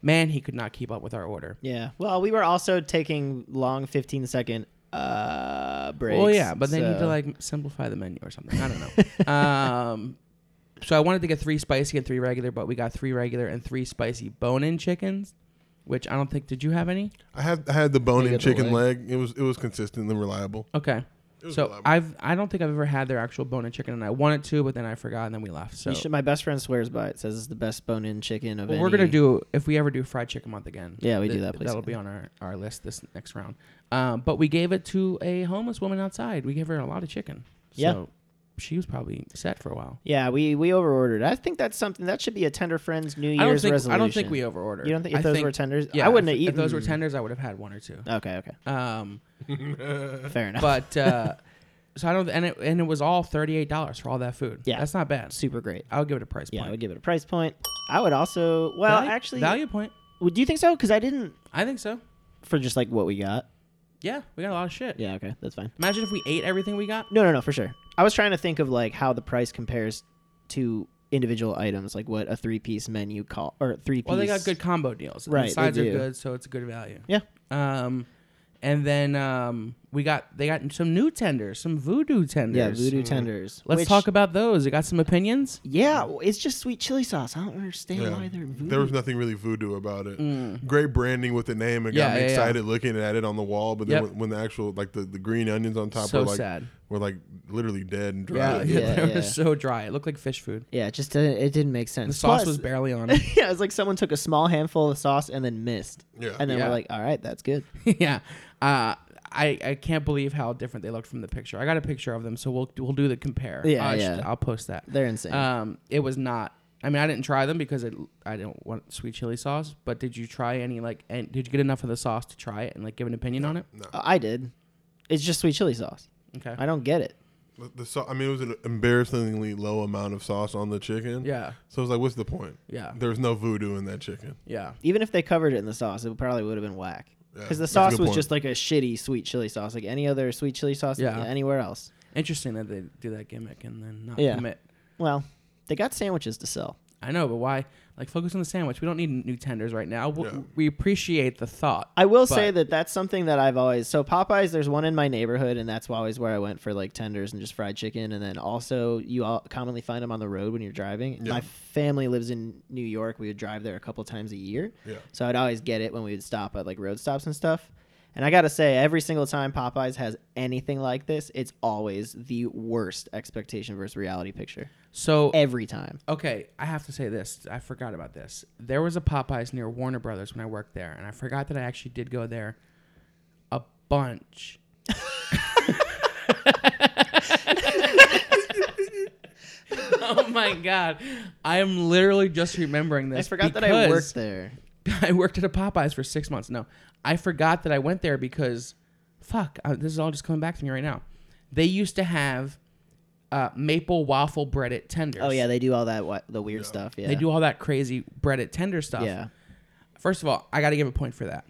man, he could not keep up with our order. Yeah. Well, we were also taking long 15 second uh breaks. Oh yeah, but they need to so- like simplify the menu or something. I don't know. *laughs* um, so I wanted to get three spicy and three regular, but we got three regular and three spicy bone-in chickens, which I don't think. Did you have any? on it. I had I had the bone They in got the chicken leg. It was it was consistent and reliable. Okay. was a So lot- I've I don't think I've ever had their actual bone and chicken, and I wanted to, but then I forgot, and then we left. So You should- my best friend swears by it. Says it's the best bone-in chicken of Well, any. we're gonna do if we ever do fried chicken month again. Yeah, we do that, please. That'll be on our, our list this next round. Um, but we gave it to a homeless woman outside. We gave her a lot of chicken. Yeah. So she was probably set for a while. Yeah, we we overordered. I think that's something that should be a tender friend's New Year's I don't think resolution. I don't think we overordered. You don't think- if I those were tenders? I Yeah, wouldn't if, have If those were eaten- tenders, I would have had one or two. Okay, okay, Um, fair enough. but uh, *laughs* so I don't, and it and it was all thirty eight dollars for all that food. Yeah. that's not *laughs* bad. super great. I would give it a price Yeah, point. I would give it a price point. I would also well Value- actually value point. Would do you think so? Because I didn't I think so. for just like what we got. Yeah, we got a lot of shit. Yeah, okay, that's fine. Imagine if we ate everything we got. No, no, no, for sure. I was trying to think of like how the price compares to individual items, like what a three-piece menu call or three. Well, they got good combo deals. Right, they the sides are do. good, so it's a good value. Yeah, Um, and then um, we got they got some new tenders, some voodoo yeah, tenders. voodoo tenders. Let's which- talk about those. You got some opinions? *laughs* Yeah, w- it's just sweet chili sauce. I don't understand Yeah. why they're voodoo. There was nothing really voodoo about it. Great branding with the name and Mm. Yeah, got me yeah, yeah. excited looking at it on the wall. But then Yep. when, when the actual like the, the green onions on top So were like sad. were like literally dead and Yeah, dry. yeah. they were so dry. It looked like fish food. yeah, it just didn't, it didn't make sense. The sauce Plus- *laughs* was barely on it. yeah, it's like someone took a small handful of sauce and then missed. Yeah. and then Yeah. we're like, all right, that's good. *laughs* yeah. Uh, I, I can't believe how different they looked from the picture. I got a picture of them, so we'll we'll do the compare. Yeah, I yeah. I'll post that. They're insane. Um, it was not. I mean, I didn't try them because it, I don't want sweet chili sauce. But did you try any like? And did you get enough of the sauce to try it and like give an opinion on it? Uh, I did. It's just sweet chili sauce. Okay. I don't get it. The, the sau- I mean, it was an embarrassingly low amount of sauce on the chicken. Yeah. So I was like, what's the point? Yeah. There was no voodoo in that chicken. Yeah. Even if they covered it in the sauce, it probably would have been whack. Because the that's a sauce good was point. just like a shitty sweet chili sauce, like any other sweet chili sauce Yeah. anywhere else. Interesting that they do that gimmick and then not Yeah. commit. Well, they got sandwiches to sell. I know, but why? Like, focus on the sandwich. We don't need new tenders right now. We, Yeah. we appreciate the thought. I will but- say that that's something that I've always so Popeyes. There's one in my neighborhood, and that's always where I went for like tenders and just fried chicken. And then also you all commonly find them on the road when you're driving. My family lives in New York. We would drive there a couple times a year, Yeah. so I'd always get it when we would stop at like road stops and stuff. And I gotta say, every single time Popeyes has anything like this, it's always the worst expectation versus reality picture. so. Every time. Okay, I have to say this. I forgot about this. There was a Popeyes near Warner Brothers when I worked there, and I forgot that I actually did go there a *laughs* bunch. oh my god. I am literally just remembering I this. forgot that I because- worked there. *laughs* I worked at a Popeyes for six months. No, I forgot that I went there because, fuck, uh, this is all just coming back to me right now. They used to have uh, maple waffle breaded tenders. Oh yeah, they do all that what the weird stuff. Yeah, They do all that crazy breaded tender stuff. Yeah. First of all, I got to give a point for that.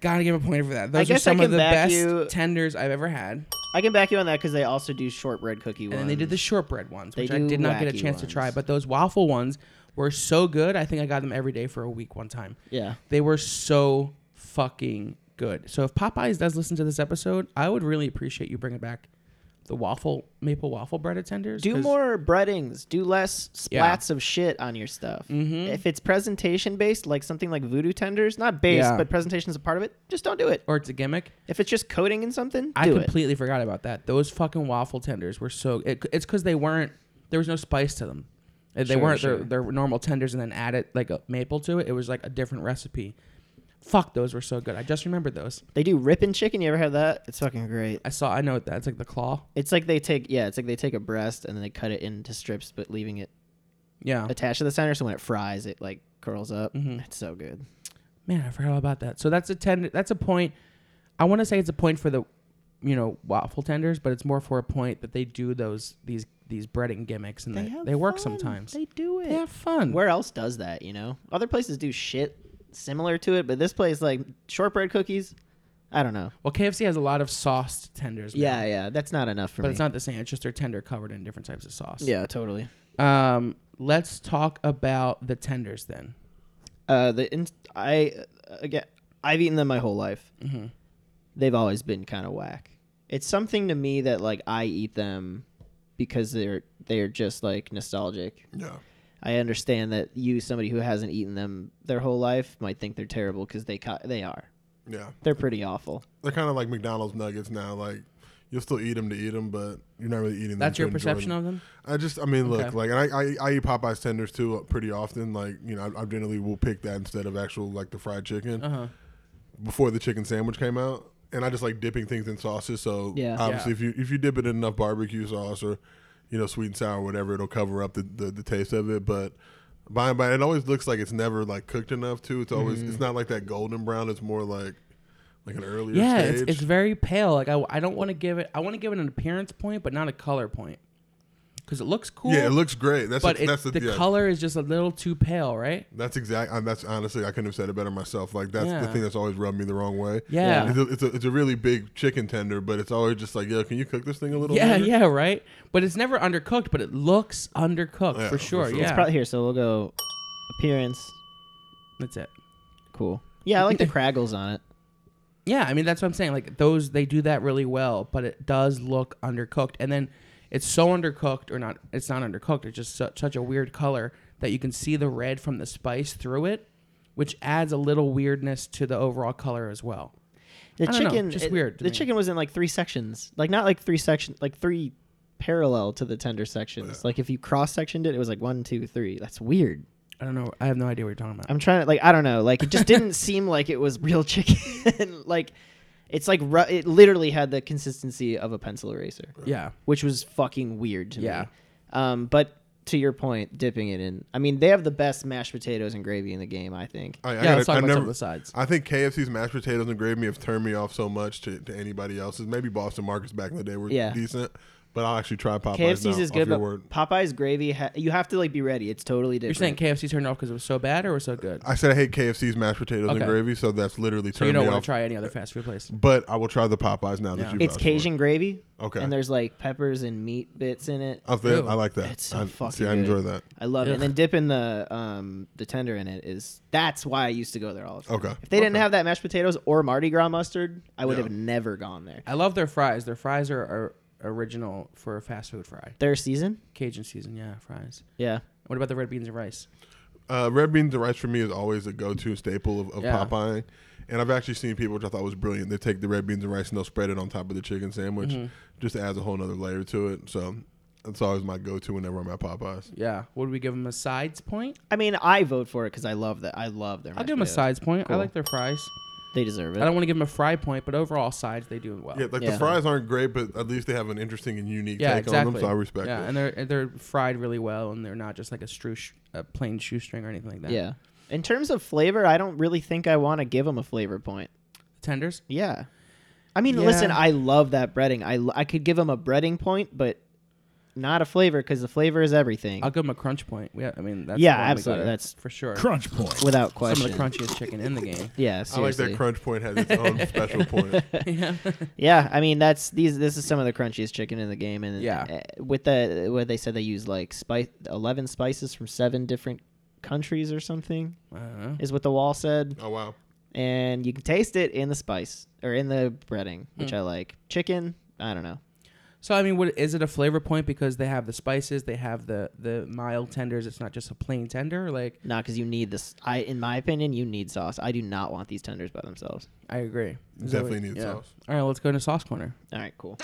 Gotta give a point for that. Those are guess I some of can the back best you- tenders I've ever had. I can back you on that because they also do shortbread cookie ones. And then they did the shortbread ones, They which I do did not get a wacky chance to try. ones. But those waffle ones were so good. I think I got them every day for a week one time. Yeah. They were so fucking good. So if Popeyes does listen to this episode, I would really appreciate you bringing back the waffle, maple waffle breaded tenders. do 'cause- more breadings. Do less Yeah. splats of shit on your stuff. If it's presentation based, like something like voodoo tenders, not based, Yeah. but presentation is a part of it, just don't do it. Or it's a gimmick. If it's just coating in something, I do it. completely forgot about that. Those fucking waffle tenders were so. It, it's because they weren't. There was no spice to them. Uh, They Sure, weren't sure. Their, their normal tenders, and then added like a maple to it. It was like a different recipe. Fuck, those were so good. I just remembered those. They do ripping chicken. You ever had that? It's fucking great. I saw. I know that it's like the claw. It's like they take yeah, it's like they take a breast and then they cut it into strips, but leaving it Yeah. attached to the center. So when it fries, it like curls up. It's so good. Man, I forgot all about that. So that's a tender. That's a point. I want to say it's a point for the, you know, waffle tenders, but it's more for a point that they do those these these breading gimmicks and they they, have work fun. sometimes. They do it. They have fun. Where else does that? You know, other places do shit similar to it, but this place like shortbread cookies. I don't know. well, KFC has a lot of sauced tenders. now, Yeah, yeah, that's not enough for but me. it's not the same. It's just they're tender covered in different types of sauce. yeah, totally. Um, let's talk about the tenders then. Uh, the in- I uh, again, I've eaten them my whole life. Mm-hmm. They've always been kind of whack. It's something to me that like I eat them because they're they're just like nostalgic. Yeah. I understand that you, somebody who hasn't eaten them their whole life, might think they're terrible because they ca- they are. Yeah. They're pretty awful. They're kind of like McDonald's nuggets now. Like You'll still eat them to eat them, but you're not really eating them. That's to your enjoy perception of them? I just, I mean, look, Okay. like, and I, I, I eat Popeyes tenders too uh, pretty often. Like, you know, I, I generally will pick that instead of actual like the fried chicken Uh-huh. before the chicken sandwich came out. And I just like dipping things in sauces. So Yeah. obviously, Yeah. if you if you dip it in enough barbecue sauce or you know sweet and sour or whatever, it'll cover up the, the, the taste of it. But by and by, it always looks like it's never like cooked enough too. It's Mm-hmm. always it's not like that golden brown. It's more like like an earlier Yeah, stage. it's, it's very pale. Like I, I don't want to give it. I want to give it an appearance point, but not a color point, because it looks cool. yeah, it looks great. That's But the, it, that's the, the yeah. color is just a little too pale, right? That's exact. um, That's honestly, I couldn't have said it better myself. Like that's the Yeah. thing that's always rubbed me the wrong way. Yeah. it's a, it's a, it's a really big chicken tender, but it's always just like, yo, can you cook this thing a little? Yeah, later? yeah, right. But it's never undercooked, but it looks undercooked Yeah, for for sure. sure. Yeah, It's Probably here, so we'll go appearance. that's it. Cool. Yeah, I like the craggles on it. Yeah, I mean that's what I'm saying. Like those, they do that really well, but it does look undercooked. And then it's so undercooked, or not? It's not undercooked. It's just such, such a weird color that you can see the red from the spice through it, which adds a little weirdness to the overall color as well. The I don't know, chicken, just it- weird to The me. chicken was in like three sections, like not like three sections, like three parallel to the tender sections. Like if you cross sectioned it, it was like one, two, three. That's weird. I don't know. I have no idea what you're talking about. I'm trying to like I don't know. Like it just *laughs* didn't seem like it was real chicken. *laughs* like it's like ru- it literally had the consistency of a pencil eraser, yeah, which was fucking weird to Yeah. me. Um, but to your point, dipping it in. I mean, they have the best mashed potatoes and gravy in the game. I think. I, yeah. let's talk about some of the sides. I think KFC's mashed potatoes and gravy have turned me off so much to, to anybody else's. Maybe Boston Markets back in the day were Yeah. decent, but I'll actually try Popeyes. KFC's now, is off good, your but word. Popeye's gravy. Ha- you have to like be ready. It's totally You're different. saying KFC turned off because it was so bad, or was so good? I said I hate KFC's mashed potatoes Okay. and gravy, so that's literally turned so you don't me want off. to try any other fast food place. But I will try the Popeyes now that Yeah. you. it's vouched for it. Cajun gravy. Okay. And there's like peppers and meat bits in it. I, think- Ew. I like that. It's so I, fucking. see, I good. enjoy that. I love it. And then dipping the um the tender in it is that's why I used to go there all the time. Okay. If they didn't have that mashed potatoes or Mardi Gras mustard, I would Yeah. have never gone there. I love their fries. Their fries are, are original for a fast food fry. Their season. Cajun season, yeah, fries. Yeah. What about the red beans and rice? Uh, red beans and rice for me is always a go-to staple of, of Yeah. Popeye, and I've actually seen people, which I thought was brilliant. They take the red beans and rice and they'll spread it on top of the chicken sandwich, just adds a whole nother layer to it. So that's always my go-to whenever I'm at Popeyes. Yeah. Would we give them a sides point? I mean, I vote for it because I love that. I love their. I'll mashed give them a potatoes. sides point. I Cool. like their fries. They deserve I don't it. want to give them a fry point, but overall sides they do well. Yeah, like Yeah. the fries aren't great, but at least they have an interesting and unique Yeah, take exactly. on them, so I respect yeah, it. and they're and they're fried really well, and they're not just like a, stru- a plain shoestring or anything like that. Yeah. In terms of flavor, I don't really think I want to give them a flavor point. Tenders. Yeah. I mean, Yeah. listen, I love that breading. I, l- I could give them a breading point, but not a flavor because the flavor is everything I'll give them a crunch point. Yeah, I mean that's Yeah, the one we absolutely, gotta- that's- for sure. Crunch point. without Some of question. the crunchiest chicken in *laughs* the game. yeah, I like seriously. that crunch point has its own special point. yeah, I mean that's these. This is some of the crunchiest chicken in the game, and Yeah. uh, with the where they said they use like spice eleven spices from seven different countries or something I don't know. is what the wall said, Oh wow, and you can taste it in the spice or in the breading, which Hmm. I like. Chicken, I don't know. So I mean, what is it a flavor point because they have the spices, they have the the mild tenders. It's not just a plain tender. Like Not because you need this. I, in my opinion, you need sauce. I do not want these tenders by themselves. I agree. Is that Definitely what- need sauce. All right, let's go into sauce corner. All right, cool.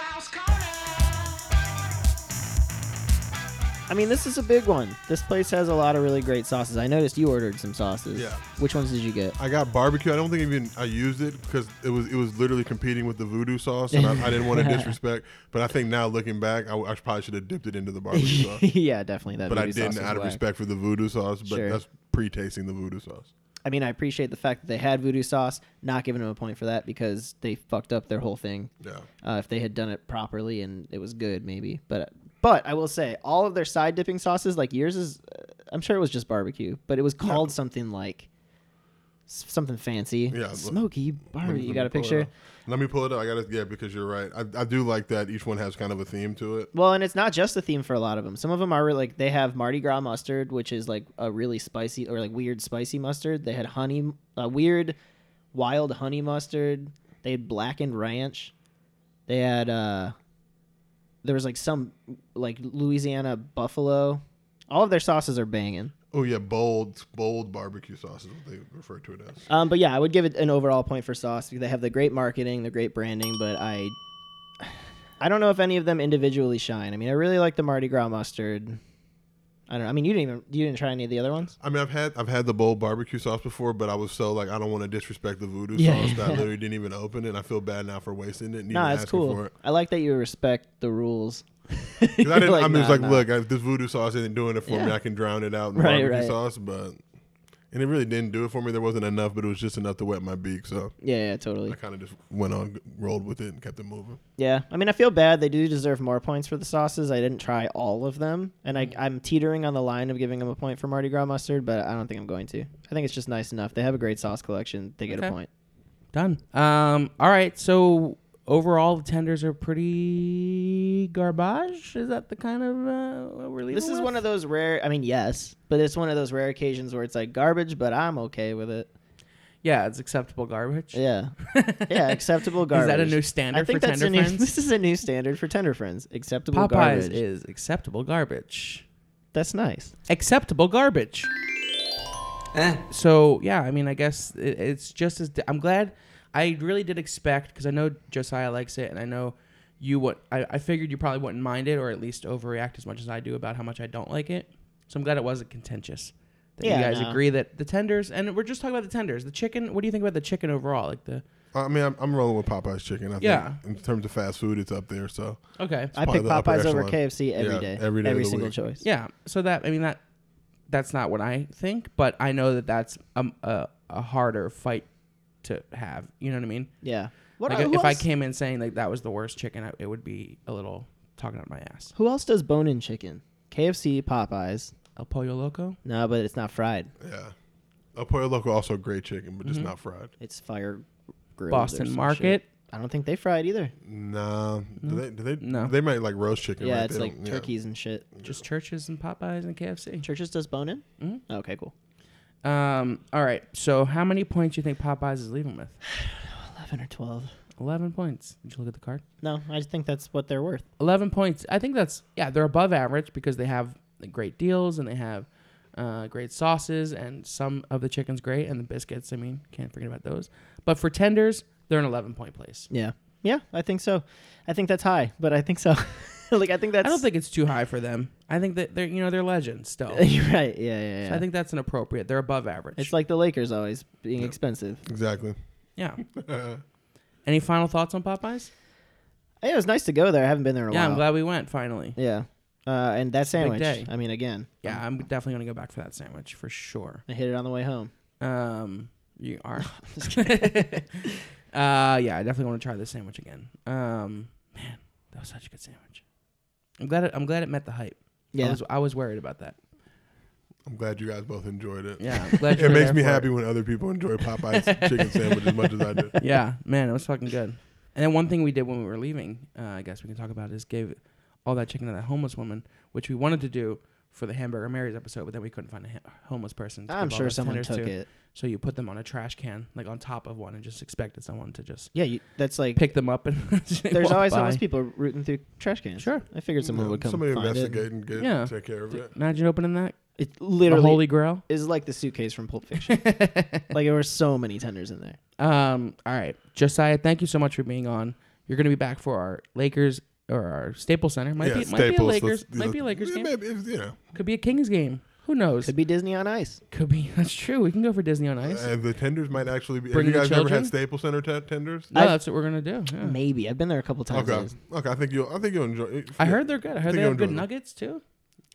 I mean, this is a big one. This place has a lot of really great sauces. I noticed you ordered some sauces. Yeah. Which ones did you get? I got barbecue. I don't think even I used it because it was it was literally competing with the voodoo sauce, and I, I *laughs* didn't want to disrespect. But I think now looking back, I, I probably should have dipped it into the *laughs* barbecue sauce. yeah, definitely that. but I voodoo sauce didn't is out of whack. respect for the voodoo sauce. But Sure. that's pre-tasting the voodoo sauce. I mean, I appreciate the fact that they had voodoo sauce. Not giving them a point for that because they fucked up their whole thing. Yeah. Uh, if they had done it properly and it was good, maybe. But but I will say, all of their side dipping sauces, like yours is, uh, I'm sure it was just barbecue, but it was called something like s- something fancy. Yeah, look. Smoky barbecue. *clears throat* You Let got a me pull it picture? up. Let me pull it up. I got to yeah, because you're right. I, I do like that. Each one has kind of a theme to it. Well, and it's not just the theme for a lot of them. Some of them are really, like they have Mardi Gras mustard, which is like a really spicy or like weird spicy mustard. They had honey, uh, weird wild honey mustard. They had blackened ranch. They had uh there was like some like Louisiana buffalo. All of their sauces are banging. Oh yeah, bold bold barbecue sauce is what they refer to it as. Um, but yeah, I would give it an overall point for sauce. They have the great marketing, the great branding, but I I don't know if any of them individually shine. I mean, I really like the Mardi Gras mustard. I don't know. I mean, you didn't even you didn't try any of the other ones. I mean, I've had I've had the bold barbecue sauce before, but I was so like I don't want to disrespect the voodoo Yeah, *laughs* sauce that I yeah. literally didn't even open it. And I feel bad now for wasting it. And No, even it's asking cool. *laughs* For it. I like that you respect the rules. *laughs* *laughs* 'Cause I, didn't, I mean, it's "Nah, like, nah." look, if this voodoo sauce isn't doing it for me. Yeah. I can drown it out in Right, barbecue right. sauce, but and it really didn't do it for me. There wasn't enough, but it was just enough to wet my beak. So Yeah, yeah, totally. I kind of just went on, rolled with it, and kept it moving. Yeah, I mean, I feel bad. They do deserve more points for the sauces. I didn't try all of them, and Mm. I, I'm teetering on the line of giving them a point for Mardi Gras mustard, but I don't think I'm going to. I think it's just nice enough. They have a great sauce collection. They get Okay. a point. Done. Um. All right. So overall, the tenders are pretty garbage. Is that the kind of uh, what we're leaving? This is with? one of those rare. I mean, yes, but it's one of those rare occasions where it's like garbage, but I'm okay with it. yeah. It's acceptable garbage. *laughs* Yeah, yeah, acceptable garbage. that a new standard I think for that's Tender a new, *laughs* Friends? This is a new standard for tender friends. Acceptable Popeyes garbage. is acceptable garbage. That's nice. acceptable garbage. Eh. So yeah, I mean, I guess it, it's just as. I'm glad. I really did expect because I know Josiah likes it, and I know you. What I, I figured you probably wouldn't mind it, or at least overreact as much as I do about how much I don't like it. So I'm glad it wasn't contentious. That Yeah, you guys no. agree that the tenders, and we're just talking about the tenders, the chicken. What do you think about the chicken overall? Like the I mean, I'm, I'm rolling with Popeye's chicken. I Yeah. think in terms of fast food, it's up there. So okay, I probably pick the upper Popeyes over echelon. KFC every Yeah, day. every day of Every the single week. choice. Yeah. So that I mean that that's not what I think, but I know that that's um, a a harder fight to have. You know what I mean? Yeah. What like are- if who I else- came in saying like that was the worst chicken, I, it would be a little talking out my ass. Who else does bone in chicken? KFC, Popeyes. El pollo loco. No, but it's not fried. yeah, El Pollo Loco also great chicken, but Mm-hmm. just not fried. It's fire grilled. or Boston some Market. shit. I don't think they fry it either. Nah, do they? Do they? No. They might like roast chicken. yeah, right? it's They like don't- yeah. Mm. turkeys and shit. Just churches and Popeyes and KFC. Churches does bone in? Mm-hmm. Okay, cool. Um. All right. So how many points do you think Popeyes is leaving with? 11 or 12. Eleven points. Did you look at the card? No, I think that's what they're worth. 11 points. I think that's yeah, they're above average because they have like, great deals and they have uh, great sauces and some of the chicken's great and the biscuits. I mean, can't forget about those. But for tenders, they're an 11 point place. Yeah. Yeah, I think so. I think that's high, but I think so. *laughs* like, I think that's. I don't think it's too high for them. I think that they're you know they're legends *laughs* still. You're right. *laughs* Yeah, yeah, yeah. I think that's inappropriate. They're above average. it's like the Lakers always being expensive. exactly. yeah. Any final thoughts on Popeyes? Hey, it was nice to go there. I haven't been there in a Yeah, while. I'm glad we went finally. Yeah. Uh, and that sandwich. day. I mean, again, Yeah, I'm definitely gonna go back for that sandwich for sure. I hit it on the way home. Um, you *laughs* are. uh, yeah, I definitely want to try this sandwich again. Um, man, that was such a good sandwich. I'm glad. It, I'm glad it met the hype. I Yeah. was, I was worried about that. I'm glad you guys both enjoyed it. Yeah, *laughs* I'm glad you *laughs* It were makes there me for happy it. when other people *laughs* enjoy Popeye's chicken sandwich as much as I do. Yeah, man, it was fucking good. And then one thing we did when we were leaving, uh, I guess we can talk about, is gave all that chicken to that homeless woman, which we wanted to do for the Hamburger Mary's episode, but then we couldn't find a ha- homeless person. to I'm give all sure those someone tenders took to. it. So you put them on a trash can, like on top of one, and just expected someone to just Yeah, you, that's like pick them up and *laughs* There's always by. homeless people rooting through trash cans. Sure. I figured someone Yeah, would come Somebody find investigate it. and get Yeah. take care of it. Imagine opening that. It The literally Holy Grail. is like the suitcase from *laughs* Pulp Fiction. like there were so many tenders in there. Um, all right. Josiah, thank you so much for being on. You're gonna be back for our Lakers or our Staples Center. Might be might be a let's- Lakers. let's- Might be a Lakers yeah, game. Maybe, if, you know, Could be a Kings game. Who knows? Could be Disney on Ice. Could be- *laughs* that's true. We can go for Disney on Ice. uh, the tenders might actually be. Have Bring you the guys never children? had Staples Center t- tenders? no, I've- that's what we're gonna do. yeah. Maybe I've been there a couple times. Okay, okay. I think you'll. I think you'll enjoy. it. I heard they're good. I heard Think they you'll have good enjoy them. nuggets too.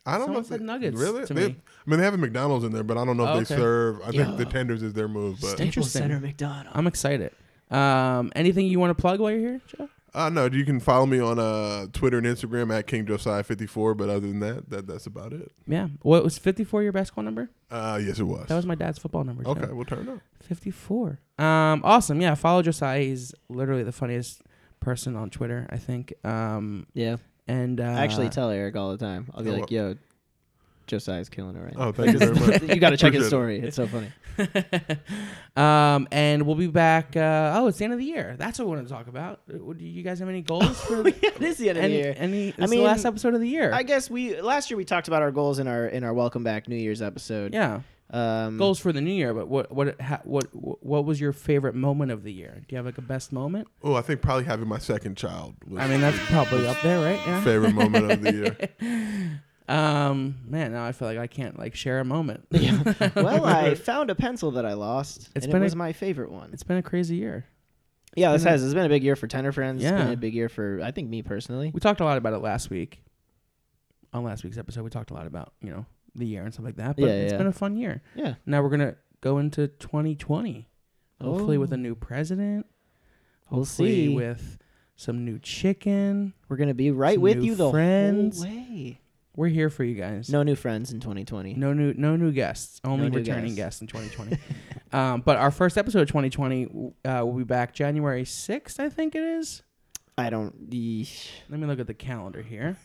I don't know. someone if said they- nuggets Really? to They- me. I mean, they have a McDonald's in there, but I don't know if Oh, they okay. serve. I think the Yeah. tenders is their move. But Staples Interesting. Center McDonald's. I'm excited. Um, anything you want to plug while you're here, Joe? uh, no, you can follow me on uh, Twitter and Instagram at King Josiah fifty four. But other than that, that that's about it. Yeah. What was 54 your basketball number? Uh, yes, it was. That was my dad's football number. Joe. okay. We'll turn it up. 54. Um, awesome. Yeah, follow Josiah. He's literally the funniest person on Twitter, I think. Um, Yeah, and uh, I actually tell Eric all the time. I'll be Yeah, like, what- "Yo, Josiah's killing it right now." Oh, thank *laughs* you very much. you got to check Appreciate his it. story. It's so funny. um, and we'll be back. Uh, oh, it's the end of the year. That's what we want to talk about. Uh, what- Do you *laughs* guys have any goals for the, *laughs* this is the end of the any, year. Any, this Oh, I is mean, the last episode of the year. I guess we last year we talked about our goals in our in our welcome back New Year's episode. yeah. Um, Goals for the new year, but what what ha, what what was your favorite moment of the year? Do you have like a best moment? Oh, I think probably having my second child was I mean, that's probably up there, right? Yeah. favorite moment of the *laughs* year. Um, man, now I feel like I can't like share a moment. *laughs* well, *laughs* I found a pencil that I lost. It's and been it a- was my favorite one. *laughs* It's been a crazy year. yeah, this has. It's been a big year for Tenor Friends. It's Yeah. been a big year for, I think, me personally. We talked a lot about it last week. On last week's episode, we talked a lot about you know the year and stuff like that. But Yeah, it's yeah. been a fun year. Yeah. Now we're gonna go into 2020, hopefully with a new president. Oh. We'll hopefully see. with some new chicken. We're going to be right some with new you the friends. whole way. We're here for you guys. No new friends in 2020. No new, no new guests. Only new returning guests. guests, *laughs* in 2020. um, but our first episode of 2020 uh, will be back January 6th, I think it is. I don't. yeesh. Let me look at the *laughs* calendar here.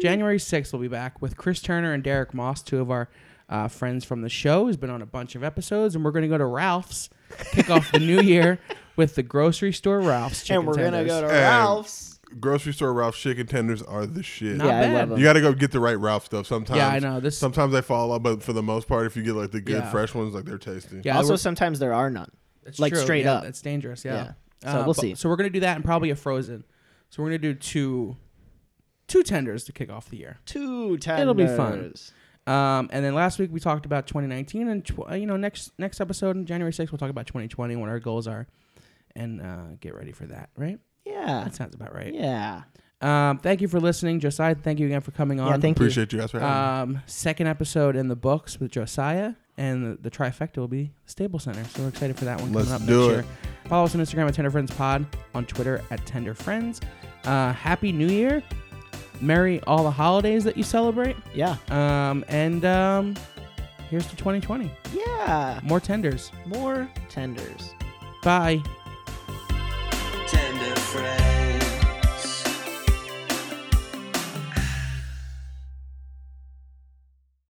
January 6th, we'll be back with Chris Turner and Derek Moss, two of our uh, friends from the show, who's been on a bunch of episodes, and we're going to go to Ralph's, kick off the new *laughs* year with the grocery store Ralph's. Chicken And we're going to tenders. go to And- Ralph's. Grocery store Ralph's chicken tenders are the shit. Not Yeah, I bad. love 'em. You got to go get the right Ralph stuff sometimes. Yeah, I know, this- sometimes they fall off, but for the most part, if you get like the good Yeah. fresh ones, like they're tasty. Yeah, also, we're- sometimes there are none. That's like true, straight yeah, up. That's dangerous. Yeah. Uh, Yeah. So we'll but- see. So we're gonna do that and probably a frozen. So we're gonna do two, two tenders to kick off the year. Two tenders. It'll be fun. Um, and then last week we talked about 2019, and tw- uh, you know next next episode on January 6th we'll talk about 2020 what our goals are, and uh, get ready for that. Right? Yeah. That sounds about right. Yeah. Um, thank you for listening, Josiah. Thank you again for coming on. Yeah, thank you. Appreciate you guys for having me. Um, second episode in the books with Josiah, and the, the trifecta will be Stable Center. So we're excited for that one Let's coming up do next it. year. Follow us on Instagram at Tender Friends Pod, on Twitter at Tender Friends. Uh, Happy New Year! Merry all the holidays that you celebrate. Yeah. Um, and um, here's to 2020. Yeah. More tenders. More tenders. Bye. Tender friend.